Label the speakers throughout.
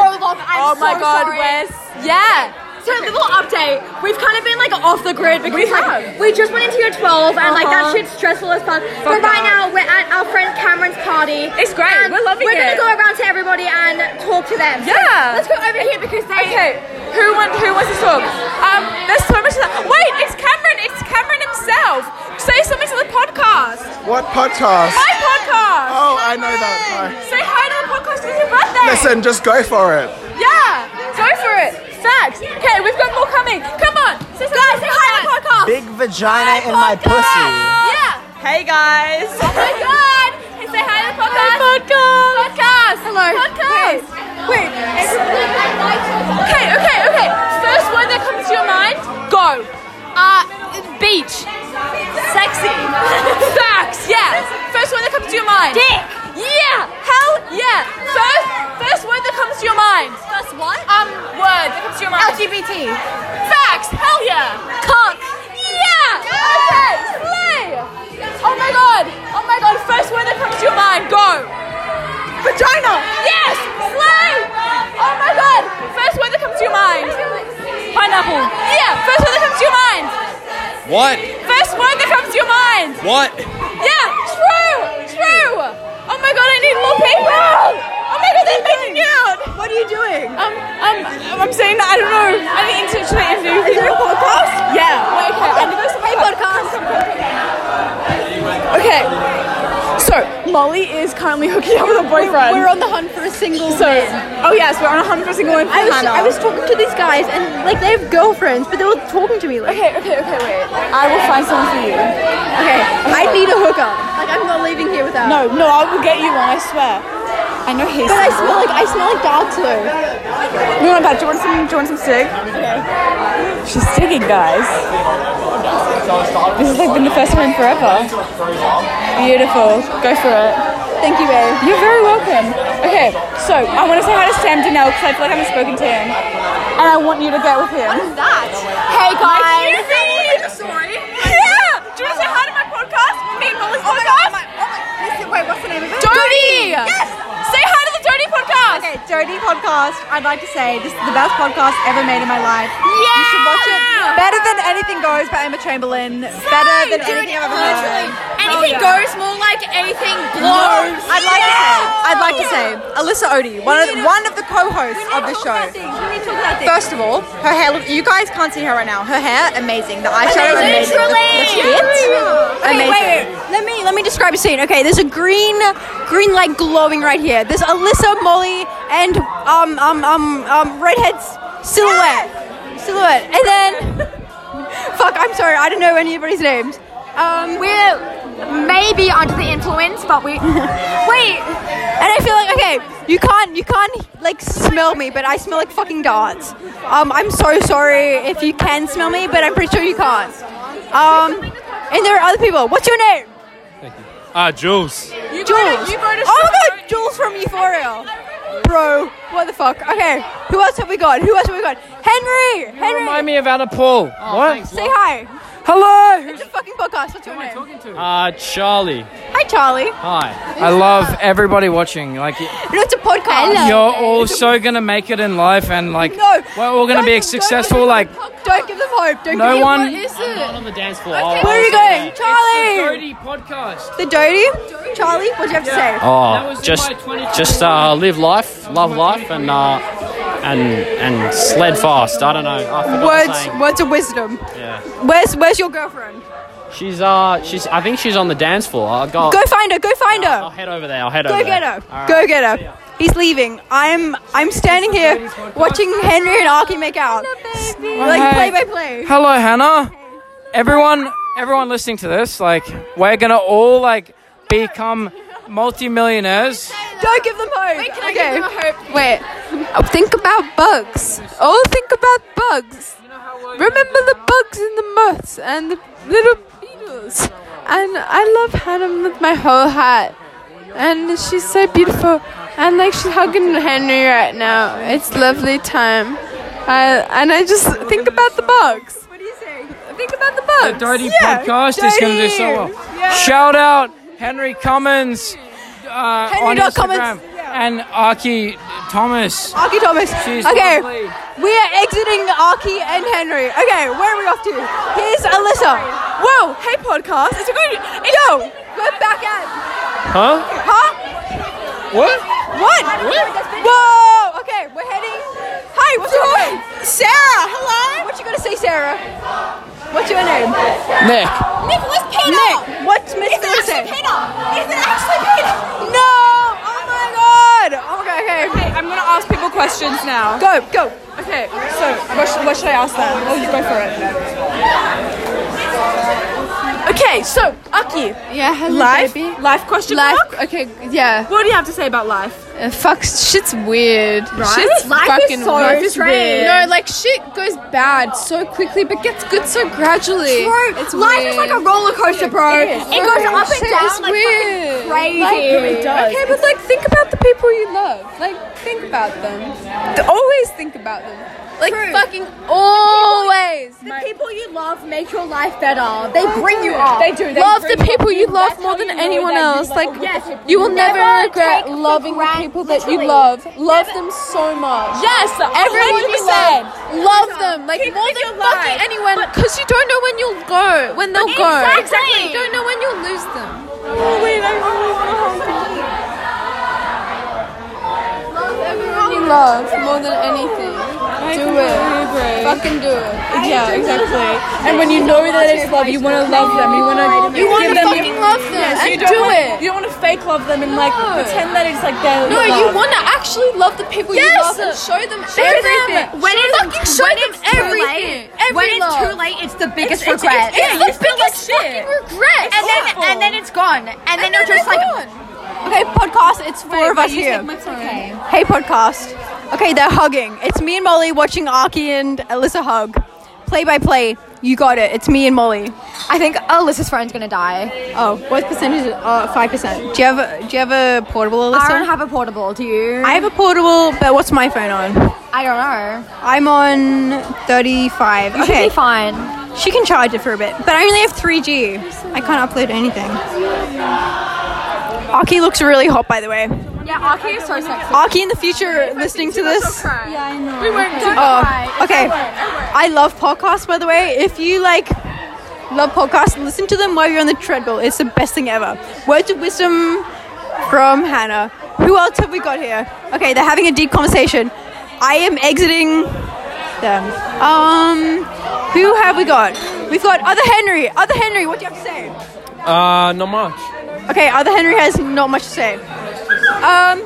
Speaker 1: Oh my
Speaker 2: so
Speaker 1: god,
Speaker 2: sorry.
Speaker 1: Wes. Yeah.
Speaker 2: So a little update. We've kind of been like off the grid because
Speaker 1: We
Speaker 2: like,
Speaker 1: have.
Speaker 2: we just went into year 12 and like that
Speaker 1: Uh-huh.
Speaker 2: shit's stressful as fuck. but
Speaker 1: Fuck that.
Speaker 2: right now we're at our friend Cameron's party.
Speaker 1: It's great.
Speaker 2: And
Speaker 1: We're loving
Speaker 2: We're
Speaker 1: it.
Speaker 2: gonna go around to everybody and talk to them. So
Speaker 1: Yeah.
Speaker 2: let's go over here because they.
Speaker 1: Okay, who want, who wants to talk? Um, there's so much. To, wait, it's Cameron. It's Cameron himself. Say something to the podcast.
Speaker 3: What podcast?
Speaker 1: Hi, podcast.
Speaker 3: Oh, I know that.
Speaker 1: Say hi to the podcast. It's your birthday.
Speaker 3: Hi. Listen, just go for it.
Speaker 1: Yeah, go for it. Facts. Okay, we've got more coming. Come on. Say guys, say hi to the podcast.
Speaker 4: Big vagina in my pussy.
Speaker 1: Yeah.
Speaker 5: Hey guys!
Speaker 1: Oh my god. Hey, say hi to the podcast. podcast. Podcast. Oh Hello. Podcast. Wait. Okay, okay, okay. First word that comes to your mind, go. Uh, beach. Sexy. Facts, yeah. First word that comes to your mind. Dick. Yeah. Hell yeah. First, first word that comes to your mind. First what? Um, word that comes to your mind. LGBT. Facts. Hell yeah. Cock. Yeah. Okay. Slay. Oh my god. Oh my god. First word that comes to your mind. Go. Vagina. Yes. Slay. Oh my god. First word that comes to your mind. Pineapple. Yeah. First word that comes to your mind.
Speaker 6: What?
Speaker 1: First word that comes to your mind.
Speaker 6: What?
Speaker 1: Yeah, true, true. Oh my god, I need more people. Oh my god, they're making out.
Speaker 5: What are you doing?
Speaker 1: Um, um, I'm saying that I don't know. I need to try and do people.
Speaker 5: podcast?
Speaker 1: Yeah. Wait, okay. I need to hey, podcast. Okay. So Molly is currently hooking up with a boyfriend.
Speaker 2: We're on the hunt for a single
Speaker 1: so,
Speaker 2: man.
Speaker 1: oh yes, we're on a hundred single one for
Speaker 2: I was,
Speaker 1: Hannah.
Speaker 2: I was talking to these guys and like they have girlfriends, but they were talking to me like,
Speaker 1: okay, okay, okay. Wait, I will find someone for you.
Speaker 2: okay, I need a hookup. Like I'm not leaving here without.
Speaker 5: No, no, I will get you one, I swear. I know his.
Speaker 2: But I smell like I smell like dog too.
Speaker 5: We want that. Do you want some, do you want some stick? She's sticking, guys. This has like been the first one in forever. Beautiful. Go for it.
Speaker 2: Thank you, babe.
Speaker 5: You're very welcome. Okay, so I want to say hi to Sam Donnell because I feel like I haven't spoken to him. And I want you to get with him.
Speaker 1: Hey guys! I'm sorry. Yeah! Do you want to say hi to my podcast? Me and Molly's
Speaker 5: Oh
Speaker 1: podcast?
Speaker 5: Listen, wait, what's the name of it?
Speaker 1: Dodie! Yes! Say hi to the Dodie podcast!
Speaker 5: Okay, Jody podcast. I'd like to say this is the best podcast ever made in my life.
Speaker 1: Yeah!
Speaker 5: You should watch it. Better than anything goes by Emma Chamberlain. Better than anything I've ever heard. Oh,
Speaker 1: Anything goes more like anything blows.
Speaker 5: I'd like to say. I'd like to say Alyssa Odie, one of one of the co-hosts of the show. First of all, her hair. Look, you guys can't see her right now. Her hair, amazing. The eyeshadow, amazing. The, the fit,
Speaker 2: Okay,
Speaker 5: amazing.
Speaker 2: wait, wait. Let me let me describe a scene. Okay, there's a green green light glowing right here. There's Alyssa, Molly, and um um um um redhead's silhouette, silhouette, and then fuck. I'm sorry, I don't know anybody's names. Um,
Speaker 1: We're maybe under the influence, but we. Wait!
Speaker 2: and I feel like okay, you can't you can't like smell me, but I smell like fucking darts. Um, I'm so sorry if you can smell me, but I'm pretty sure you can't. Um, and there are other people. What's your name?
Speaker 6: Ah, Jules.
Speaker 1: You
Speaker 2: Jules.
Speaker 1: Go to, you go to
Speaker 2: oh my god, Jules from Euphoria. Bro, what the fuck? Okay, who else have we got? Who else have we got? Henry! Henry!
Speaker 7: Remind me of Anna Paul.
Speaker 2: Oh,
Speaker 7: what?
Speaker 2: Say hi.
Speaker 7: Hello.
Speaker 2: It's a fucking podcast. What's your name?
Speaker 7: Uh, Charlie.
Speaker 2: Hi, Charlie.
Speaker 7: Hi. I love everybody watching. Like
Speaker 2: No, it's a podcast.
Speaker 7: you're all so gonna make it in life, and like
Speaker 2: No.
Speaker 7: we're all gonna
Speaker 2: Don't-
Speaker 7: be
Speaker 2: don't give
Speaker 7: successful.
Speaker 2: them
Speaker 7: Like
Speaker 2: hope. Don't give them hope. Don't
Speaker 7: no
Speaker 2: give
Speaker 7: one. Oh.
Speaker 1: What is
Speaker 7: on
Speaker 1: it?
Speaker 7: the dance floor.
Speaker 1: I'll-
Speaker 2: Where are you going? Charlie!
Speaker 7: It's the Dodie podcast.
Speaker 2: The Dody? Charlie, what do you have to say?
Speaker 7: That was
Speaker 8: Oh,
Speaker 7: in
Speaker 8: just
Speaker 7: my 22
Speaker 8: just uh, live life, love life, and uh, and and sled fast. I don't know. I forgot the
Speaker 2: Words,
Speaker 8: saying.
Speaker 2: words of wisdom.
Speaker 8: Yeah.
Speaker 2: Where's Where's your girlfriend?
Speaker 8: She's uh she's I think she's on the dance floor. I'll go.
Speaker 2: Go find her. Go find her.
Speaker 8: I'll head over there. I'll head
Speaker 2: Go
Speaker 8: over
Speaker 2: get
Speaker 8: there.
Speaker 2: her. Go get her. He's leaving. I'm I'm standing here watching Henry and Arky make out. S- Like
Speaker 7: Hey.
Speaker 2: play by play.
Speaker 7: Hello, Hannah. Everyone, everyone listening to this, like we're gonna all like become multimillionaires.
Speaker 2: Don't give them hope.
Speaker 1: Wait, can I give
Speaker 2: okay.
Speaker 1: them a hope?
Speaker 9: Wait, Oh, think about bugs. Oh, think about bugs. Remember the bugs and the moths and the little beetles. And I love Hannah with my whole heart. And she's so beautiful. And like she's hugging Henry right now. It's lovely time. I, and I just think about the bugs. What do you say? Think about the
Speaker 7: The
Speaker 9: bugs.
Speaker 7: Dirty Podcast is going to do so well. Shout out Henry Cummins uh,
Speaker 2: Henry
Speaker 7: on
Speaker 2: dot
Speaker 7: Instagram
Speaker 2: Cummins.
Speaker 7: and Aki Thomas.
Speaker 2: Arky Thomas.
Speaker 7: She's
Speaker 2: okay.
Speaker 7: lovely.
Speaker 2: We are exiting Arky and Henry. Okay, where are we off to? Here's Alyssa. Whoa, hey podcast. It's a good Yo, we're back at
Speaker 10: Huh?
Speaker 2: Huh?
Speaker 10: What?
Speaker 2: What? Whoa! Okay, we're heading Hi, what's your name? Sarah, hello! What you gonna say, Sarah? What's your name?
Speaker 10: Nick.
Speaker 9: Nicholas Peter!
Speaker 2: Nick. What's Miss
Speaker 9: Is it
Speaker 2: Thursday?
Speaker 9: actually Peter? Is it actually Peter?
Speaker 2: No! Oh my god! Oh my god, okay.
Speaker 11: Okay, I'm gonna ask people questions now.
Speaker 2: Go, go.
Speaker 11: Okay, so what should, what should I ask them? Oh, you go for it.
Speaker 9: Okay, so Aki,
Speaker 1: Yeah, hello,
Speaker 11: Life?
Speaker 1: baby.
Speaker 11: Life question
Speaker 1: Life.
Speaker 11: mark?
Speaker 1: Okay, yeah.
Speaker 11: What do you have to say about life?
Speaker 1: Uh, fuck, shit's weird. Right? Shit's
Speaker 9: Life is
Speaker 1: fucking
Speaker 9: so
Speaker 1: life is
Speaker 9: strange.
Speaker 1: weird. No, like shit goes bad so quickly, but gets good so gradually.
Speaker 2: Bro,
Speaker 1: It's
Speaker 2: life
Speaker 1: weird.
Speaker 2: is like a roller coaster, bro. It, goes up and
Speaker 1: Shit
Speaker 2: down
Speaker 1: is
Speaker 2: like
Speaker 1: weird.
Speaker 2: fucking crazy.
Speaker 1: Okay, but like think about the people you love. Like think about them. Th- Always think about them. Like
Speaker 2: True.
Speaker 1: fucking always.
Speaker 2: The people you love make your life better. They bring you up.
Speaker 9: They do. They
Speaker 1: love
Speaker 9: bring
Speaker 1: the people you
Speaker 9: you-
Speaker 1: love
Speaker 9: that's
Speaker 1: more
Speaker 9: how
Speaker 1: than
Speaker 9: you know
Speaker 1: anyone
Speaker 9: that you
Speaker 1: else.
Speaker 9: love
Speaker 1: Like
Speaker 9: the yes.
Speaker 1: you will
Speaker 9: Never
Speaker 1: never,
Speaker 9: take
Speaker 1: regret
Speaker 9: for
Speaker 1: loving
Speaker 9: granted-
Speaker 1: the people that you
Speaker 9: literally.
Speaker 1: love. Love them so much.
Speaker 9: Yes,
Speaker 1: Everyone you
Speaker 9: 100%.
Speaker 1: love, love them like
Speaker 9: People
Speaker 1: more
Speaker 9: in
Speaker 1: than
Speaker 9: your
Speaker 1: fucking
Speaker 9: life.
Speaker 1: anyone, because you don't know when you'll go, when they'll go. You
Speaker 9: Exactly.
Speaker 1: don't know when you'll lose them. Oh wait, I really want to you love more than anything. do it. Fucking do it.
Speaker 11: Yeah, exactly. And when you know that it's love, you want to love them. You want to.
Speaker 1: You want to fucking love them and do it.
Speaker 11: You don't want to fake love them and like
Speaker 1: No.
Speaker 11: pretend that it's like they're.
Speaker 1: No,
Speaker 11: your
Speaker 1: you
Speaker 11: love.
Speaker 1: want to actually love the people you
Speaker 2: Yes.
Speaker 1: love and show them
Speaker 2: Everything.
Speaker 1: everything.
Speaker 2: When
Speaker 1: show
Speaker 2: it's-
Speaker 1: fucking show
Speaker 2: when
Speaker 1: them
Speaker 2: it's too
Speaker 1: everything.
Speaker 2: late-
Speaker 1: Every
Speaker 2: when it's
Speaker 1: love.
Speaker 2: too late, it's the biggest
Speaker 1: It's- it's-
Speaker 2: regret.
Speaker 1: It's,
Speaker 2: Yeah, you
Speaker 1: the biggest fucking regret.
Speaker 2: and then and then it's gone. And, then you're just like, okay, podcast. It's four of us here. Hey, podcast. Okay, they're hugging. It's me and Molly watching Arky and Alyssa hug. Play by play. You got it. It's me and Molly.
Speaker 5: I think Alyssa's phone's gonna die.
Speaker 2: Oh, what percentage? Uh, five percent. Do you have a, Do you have a portable, Alyssa?
Speaker 5: I don't have a portable. Do you?
Speaker 2: I have a portable, but what's my phone on?
Speaker 5: I don't know.
Speaker 2: I'm on 35.
Speaker 5: Should
Speaker 2: Okay,
Speaker 5: be fine.
Speaker 2: she can charge it for a bit, but I only have 3G. I can't upload anything. Aki looks really hot, by the way.
Speaker 5: Yeah, Arky is Oh, so sexy.
Speaker 2: Aki in the future listening to this.
Speaker 5: Yeah, I know. We won't go.
Speaker 2: Oh, okay. I love podcasts, by the way. If you like love podcasts, listen to them while you're on the treadmill. It's the best thing ever. Words of wisdom from Hannah. Who else have we got here? Okay, they're having a deep conversation. I am exiting them. Um, who have we got? We've got other Henry. Other Henry, what do you have to say?
Speaker 12: Uh, not much.
Speaker 2: Okay, other Henry has not much to say. Um,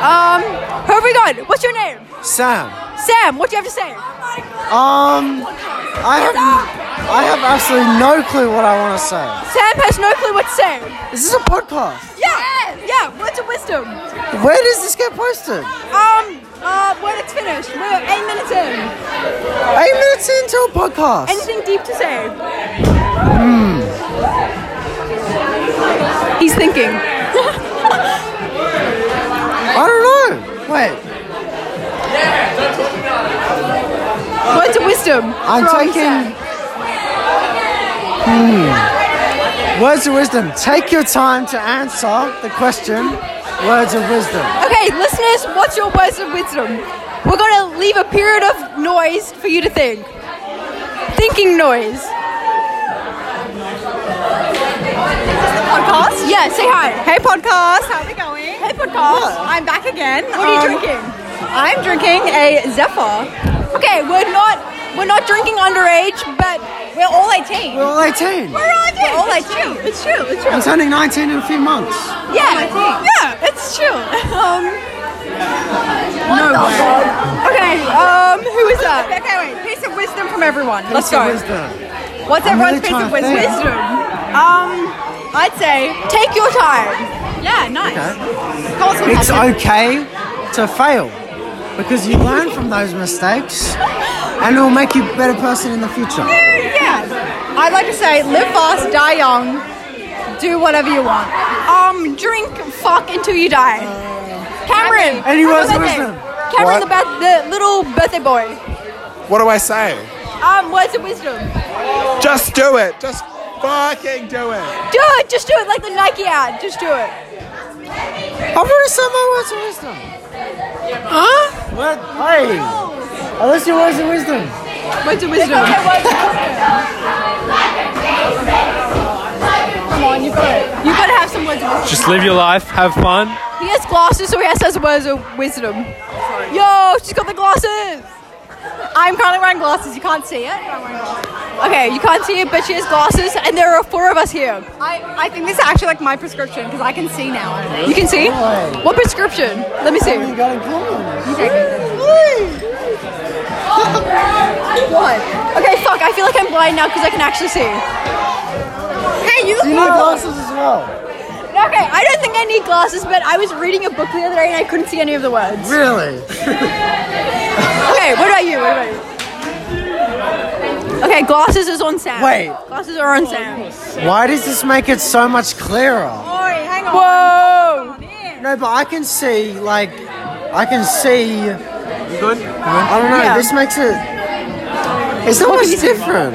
Speaker 2: um, who have we got? What's your name?
Speaker 4: Sam.
Speaker 2: Sam, what do you have to say?
Speaker 4: Um, I have I have absolutely no clue what I want to say.
Speaker 2: Sam has no clue what to say.
Speaker 4: Is this a podcast?
Speaker 2: Yeah, yeah. Words of wisdom.
Speaker 4: Where does this get posted?
Speaker 2: Um, uh, when it's finished, we're eight minutes in.
Speaker 4: Eight minutes into a podcast.
Speaker 2: Anything deep to say? Hmm.
Speaker 4: Hmm.
Speaker 2: He's thinking.
Speaker 4: I don't know. Wait.
Speaker 2: Words of wisdom.
Speaker 4: I'm
Speaker 2: from
Speaker 4: taking.
Speaker 2: Sam.
Speaker 4: Hmm. Words of wisdom. Take your time to answer the question. Words of wisdom.
Speaker 2: Okay, listeners, what's your words of wisdom? We're gonna leave a period of noise for you to think. Thinking noise. Podcast? Yeah, say hi. Hey, podcast.
Speaker 11: How's it going?
Speaker 2: Hey, podcast.
Speaker 11: I'm back again.
Speaker 2: What are you
Speaker 11: Um,
Speaker 2: drinking?
Speaker 11: I'm drinking a Zephyr.
Speaker 2: Okay, we're not we're not drinking underage, but we're all 18.
Speaker 4: We're all 18.
Speaker 2: We're all 18. We're all 18. It's true. It's true.
Speaker 4: I'm turning 19 in a few months.
Speaker 11: Oh
Speaker 2: Yeah. Yeah, it's true. Um, no way. Okay. Um, who is that?
Speaker 11: Okay, wait. Piece of wisdom from everyone. Let's
Speaker 4: Piece of
Speaker 11: go.
Speaker 4: wisdom.
Speaker 11: What's
Speaker 4: I'm
Speaker 11: everyone's piece
Speaker 4: really
Speaker 11: of
Speaker 4: trying to
Speaker 11: wisdom?
Speaker 4: think.
Speaker 2: Um, I'd say take your time.
Speaker 11: Yeah, nice.
Speaker 4: It's okay to fail because you learn from those mistakes and it will make you a better person in the future.
Speaker 11: Yeah. I'd like to say live fast, die young, do whatever you want.
Speaker 2: Um, drink fuck until you die. Cameron.
Speaker 4: Any
Speaker 2: happy
Speaker 4: words of
Speaker 2: birthday.
Speaker 4: wisdom?
Speaker 2: Cameron,
Speaker 13: What?
Speaker 2: the, ba- the little birthday boy.
Speaker 13: What do I say?
Speaker 2: Um, words of wisdom.
Speaker 13: Just do it. Just fucking do it.
Speaker 2: Do it. Just do it like the Nike ad. Just do it.
Speaker 4: I want to sell my words of wisdom. Huh? What? Hey. Unless your words of wisdom.
Speaker 9: Words of wisdom.
Speaker 1: Come on, you've got it.
Speaker 2: You gotta have some words of wisdom.
Speaker 8: Just live your life, have fun.
Speaker 2: He has glasses, so he has his words of wisdom. Yo, she's got the glasses. I'm currently wearing glasses. You can't see it. Okay, you can't see it, but she has glasses, and there are four of us here.
Speaker 5: I, I think this is actually like my prescription because I can see now.
Speaker 2: You can see? What prescription? Let me see.
Speaker 4: You got it going.
Speaker 2: What? Okay, fuck. I feel like I'm blind now because I can actually see. Hey, you look
Speaker 4: You need glasses as well.
Speaker 2: Okay, I don't think I need glasses, but I was reading a book the other day and I couldn't see any of the words.
Speaker 4: Really?
Speaker 2: Okay, what about you? What about you? Okay, glasses is on Sam.
Speaker 4: Wait.
Speaker 2: Glasses are on Sam.
Speaker 4: Why does this make it so much clearer?
Speaker 5: Oi, hang on.
Speaker 2: Whoa!
Speaker 4: No, but I can see, like, I can see. You good? I don't know. This makes it. It's not much different.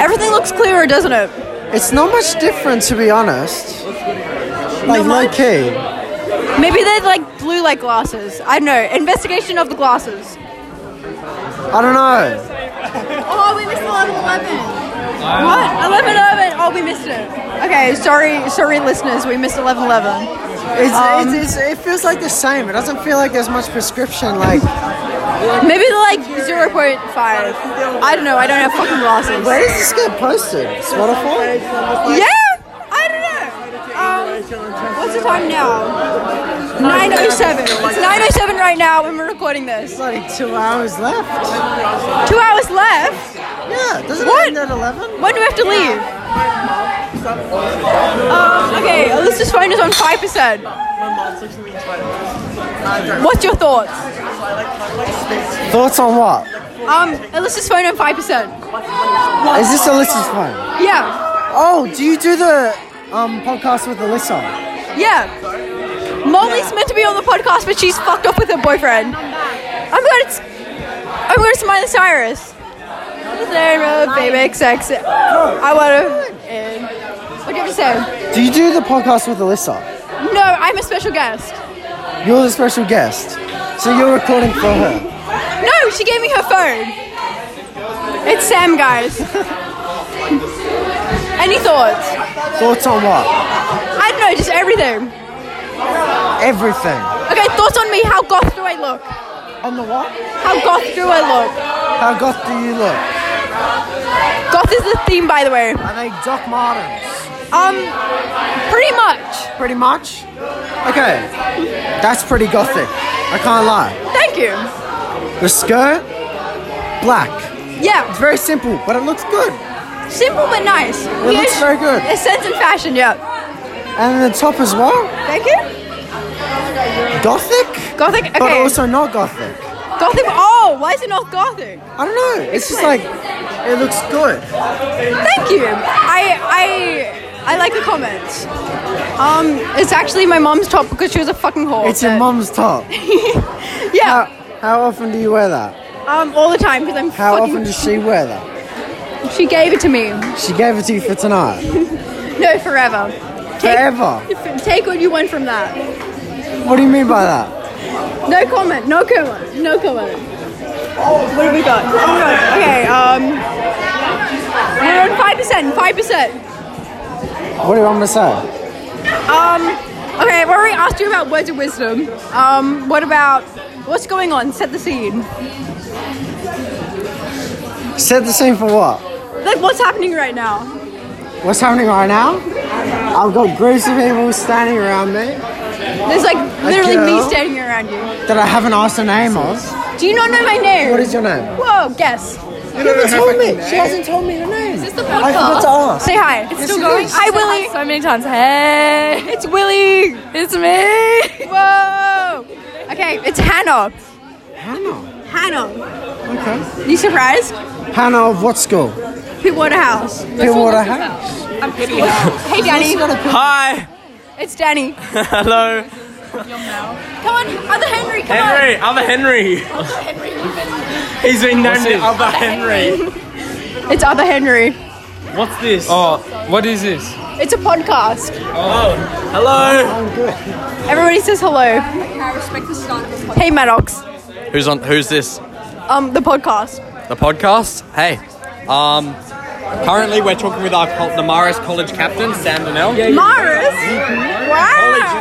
Speaker 2: Everything looks clearer, doesn't it?
Speaker 4: It's not much different, to be honest. Like, low key.
Speaker 2: Maybe they're like blue like glasses. I don't know. Investigation of the glasses.
Speaker 4: I don't know.
Speaker 2: Oh, we missed 11 11. What? 11 11. Oh, we missed it. Okay, sorry, sorry, listeners. We missed 11 11.
Speaker 4: It's,
Speaker 2: Um,
Speaker 4: it's, it's, it feels like the same. It doesn't feel like there's much prescription. Like,
Speaker 2: Maybe they're like 0.5. I don't know. I don't have fucking glasses.
Speaker 4: where does this get posted? Spotify?
Speaker 2: Yeah? I don't know. Um, what's the time now? 9.07. It's 9.07 right now when we're recording this.
Speaker 4: Like two hours left.
Speaker 2: Two hours left.
Speaker 4: Yeah, doesn't
Speaker 2: What?
Speaker 4: it end at eleven?
Speaker 2: When do we have to leave? Um, okay, Alyssa's phone is on 5%. What's your thoughts?
Speaker 4: Thoughts on what?
Speaker 2: Um, Alyssa's phone on 5%.
Speaker 4: Is this Alyssa's phone?
Speaker 2: Yeah.
Speaker 4: Oh, do you do the um podcast with Alyssa?
Speaker 2: Yeah. Molly's meant to be on the podcast, but she's fucked up with her boyfriend. I'm glad it's. I'm glad it's Miley Cyrus. Sarah, baby, sex. I wanna. and- What do you have to say?
Speaker 4: Do you do the podcast with Alyssa?
Speaker 2: No, I'm a special guest.
Speaker 4: You're the special guest, so you're recording for her.
Speaker 2: No, she gave me her phone. It's Sam, guys. Any thoughts?
Speaker 4: Thoughts on what?
Speaker 2: I don't know, just everything.
Speaker 4: Everything.
Speaker 2: Okay, thoughts on me. How goth do I look?
Speaker 4: On the what?
Speaker 2: How goth do I look?
Speaker 4: How goth do you look?
Speaker 2: Goth is the theme, by the way.
Speaker 4: Are they Doc Martens?
Speaker 2: Um, pretty much.
Speaker 4: Pretty much. Okay, that's pretty gothic. I can't lie.
Speaker 2: Thank you.
Speaker 4: The skirt, black.
Speaker 2: Yeah,
Speaker 4: It's very simple, but it looks good.
Speaker 2: simple but nice.
Speaker 4: It looks very good.
Speaker 2: A sense and fashion, yeah.
Speaker 4: And then the top as well,
Speaker 2: Thank you.
Speaker 4: gothic,
Speaker 2: Gothic, okay.
Speaker 4: but also not gothic.
Speaker 2: gothic, oh, why is it not gothic?
Speaker 4: I don't know. It's just like it looks good.
Speaker 2: Thank you. I, I, I like the comments. Um, it's actually my mom's top because she was a fucking whore.
Speaker 4: It's your
Speaker 2: but-
Speaker 4: mum's top. How,
Speaker 2: Yeah.
Speaker 4: how often do you wear that?
Speaker 2: Um, all the time because I'm
Speaker 4: How
Speaker 2: fucking.
Speaker 4: often does she wear that?
Speaker 2: She gave it to me.
Speaker 4: She gave it to you for tonight.
Speaker 2: No, forever.
Speaker 4: Forever.
Speaker 2: Take what you want from that.
Speaker 4: What do you mean by that?
Speaker 2: No comment. No comment. No comment. What have we got? Oh my God. Okay. Um. We're on five percent. Five percent.
Speaker 4: What do you want me to say?
Speaker 2: Um. Okay. I've already asked you about words of wisdom. Um. What about what's going on? Set the scene.
Speaker 4: Set the scene for what?
Speaker 2: Like what's happening right now?
Speaker 4: What's happening right now? I've got groups of people standing around me
Speaker 2: There's like literally me
Speaker 4: girl.
Speaker 2: standing around you.
Speaker 4: that I haven't asked the name of.
Speaker 2: Do you not know my name?
Speaker 4: What is your name?
Speaker 2: Whoa. Guess.
Speaker 4: You haven't told me. She hasn't told me your name. Is this the podcast? I forgot to ask.
Speaker 2: Say hi. It's
Speaker 4: still going.
Speaker 2: Hi, Willie.
Speaker 9: So many times. Hey,
Speaker 2: It's Willie.
Speaker 9: it's me.
Speaker 2: Whoa! Okay, it's Hannah.
Speaker 4: Hannah.
Speaker 2: Hannah.
Speaker 4: Okay.
Speaker 2: You surprised?
Speaker 4: Hannah of what school?
Speaker 2: Pete Waterhouse.
Speaker 4: Pillwater House.
Speaker 2: Hey, Danny.
Speaker 6: Hi.
Speaker 2: It's Danny.
Speaker 6: Hello.
Speaker 2: Come on, other Henry. Come
Speaker 6: Henry. Other Henry. He's been named it Other Henry.
Speaker 2: on. It's other Henry.
Speaker 8: What's this?
Speaker 6: Oh, what is this?
Speaker 2: It's a podcast.
Speaker 6: Oh, hello.
Speaker 4: Oh,
Speaker 2: Everybody says hello. Hey, Maddox.
Speaker 14: Who's on? Who's this?
Speaker 2: Um, the podcast.
Speaker 14: The podcast? Hey. Um, currently we're talking with our col- the Maris College captain, Sam Donnell.
Speaker 2: Mars.
Speaker 14: College
Speaker 2: Wow.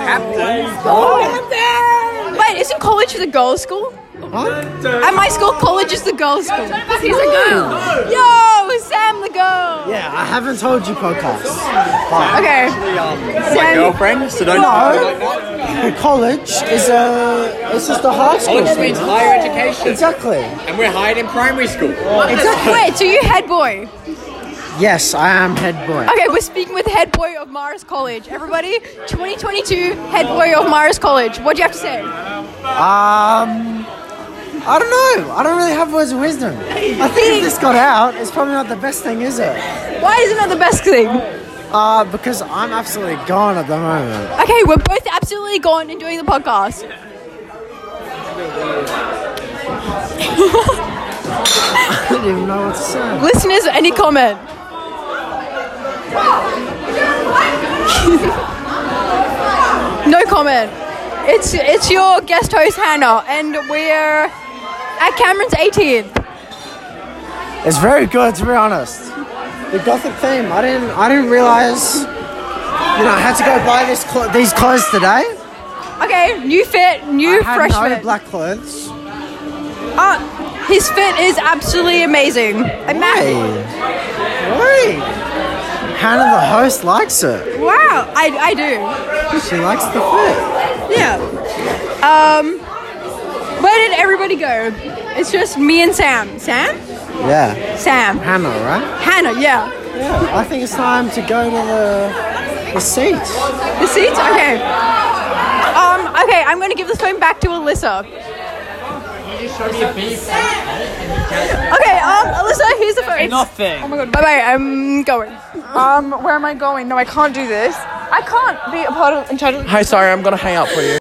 Speaker 14: captain.
Speaker 2: Wait, isn't college the girls' school? At my school, college is the girls' school.
Speaker 4: He's a girl.
Speaker 2: Yo, Sam the girl.
Speaker 4: Yeah, I haven't told you podcasts.
Speaker 2: Okay.
Speaker 14: My girlfriend, so don't.
Speaker 4: No, college is a. It's just a high school.
Speaker 14: College means higher education.
Speaker 4: Exactly.
Speaker 14: And we're hired in primary school.
Speaker 2: Wait, so you head boy?
Speaker 4: Yes, I am head boy.
Speaker 2: Okay, we're speaking with head boy of Mars College. Everybody, 2022 head boy of Mars College. What do you have to say?
Speaker 4: Um, I don't know. I don't really have words of wisdom. I think if this got out, it's probably not the best thing, is it?
Speaker 2: Why is it not the best thing?
Speaker 4: Uh, because I'm absolutely gone at the moment.
Speaker 2: Okay, we're both absolutely gone and doing the podcast.
Speaker 4: I don't even know what to say.
Speaker 2: Listeners, any comment? no comment. It's it's your guest host Hannah, and we're at Cameron's 18th.
Speaker 4: It's very good, to be honest. The gothic theme. I didn't. I didn't realize. You know, I had to go buy this clo- these clothes today.
Speaker 2: Okay, new fit, new
Speaker 4: I had
Speaker 2: freshman.
Speaker 4: no black clothes.
Speaker 2: Uh, his fit is absolutely amazing.
Speaker 4: Hey,
Speaker 2: Ima-
Speaker 4: hey. Hannah, the host, likes it.
Speaker 2: wow, I, I do.
Speaker 4: She likes the fit.
Speaker 2: Yeah. Um, where did everybody go? It's just me and Sam. Sam?
Speaker 4: Yeah,
Speaker 2: Sam.
Speaker 4: Hannah, right?
Speaker 2: Hannah, yeah.
Speaker 4: Yeah, I think it's time to go to the, the seats.
Speaker 2: The seats? Okay. Um, okay, I'm gonna give this phone back to Alyssa. Okay, um, Alyssa, here's the phone.
Speaker 7: Nothing.
Speaker 2: Bye bye, I'm going.
Speaker 5: Um, where am I going? No, I can't do this. I can't be a part of entitled.
Speaker 14: Hey, sorry, I'm gonna hang up for you.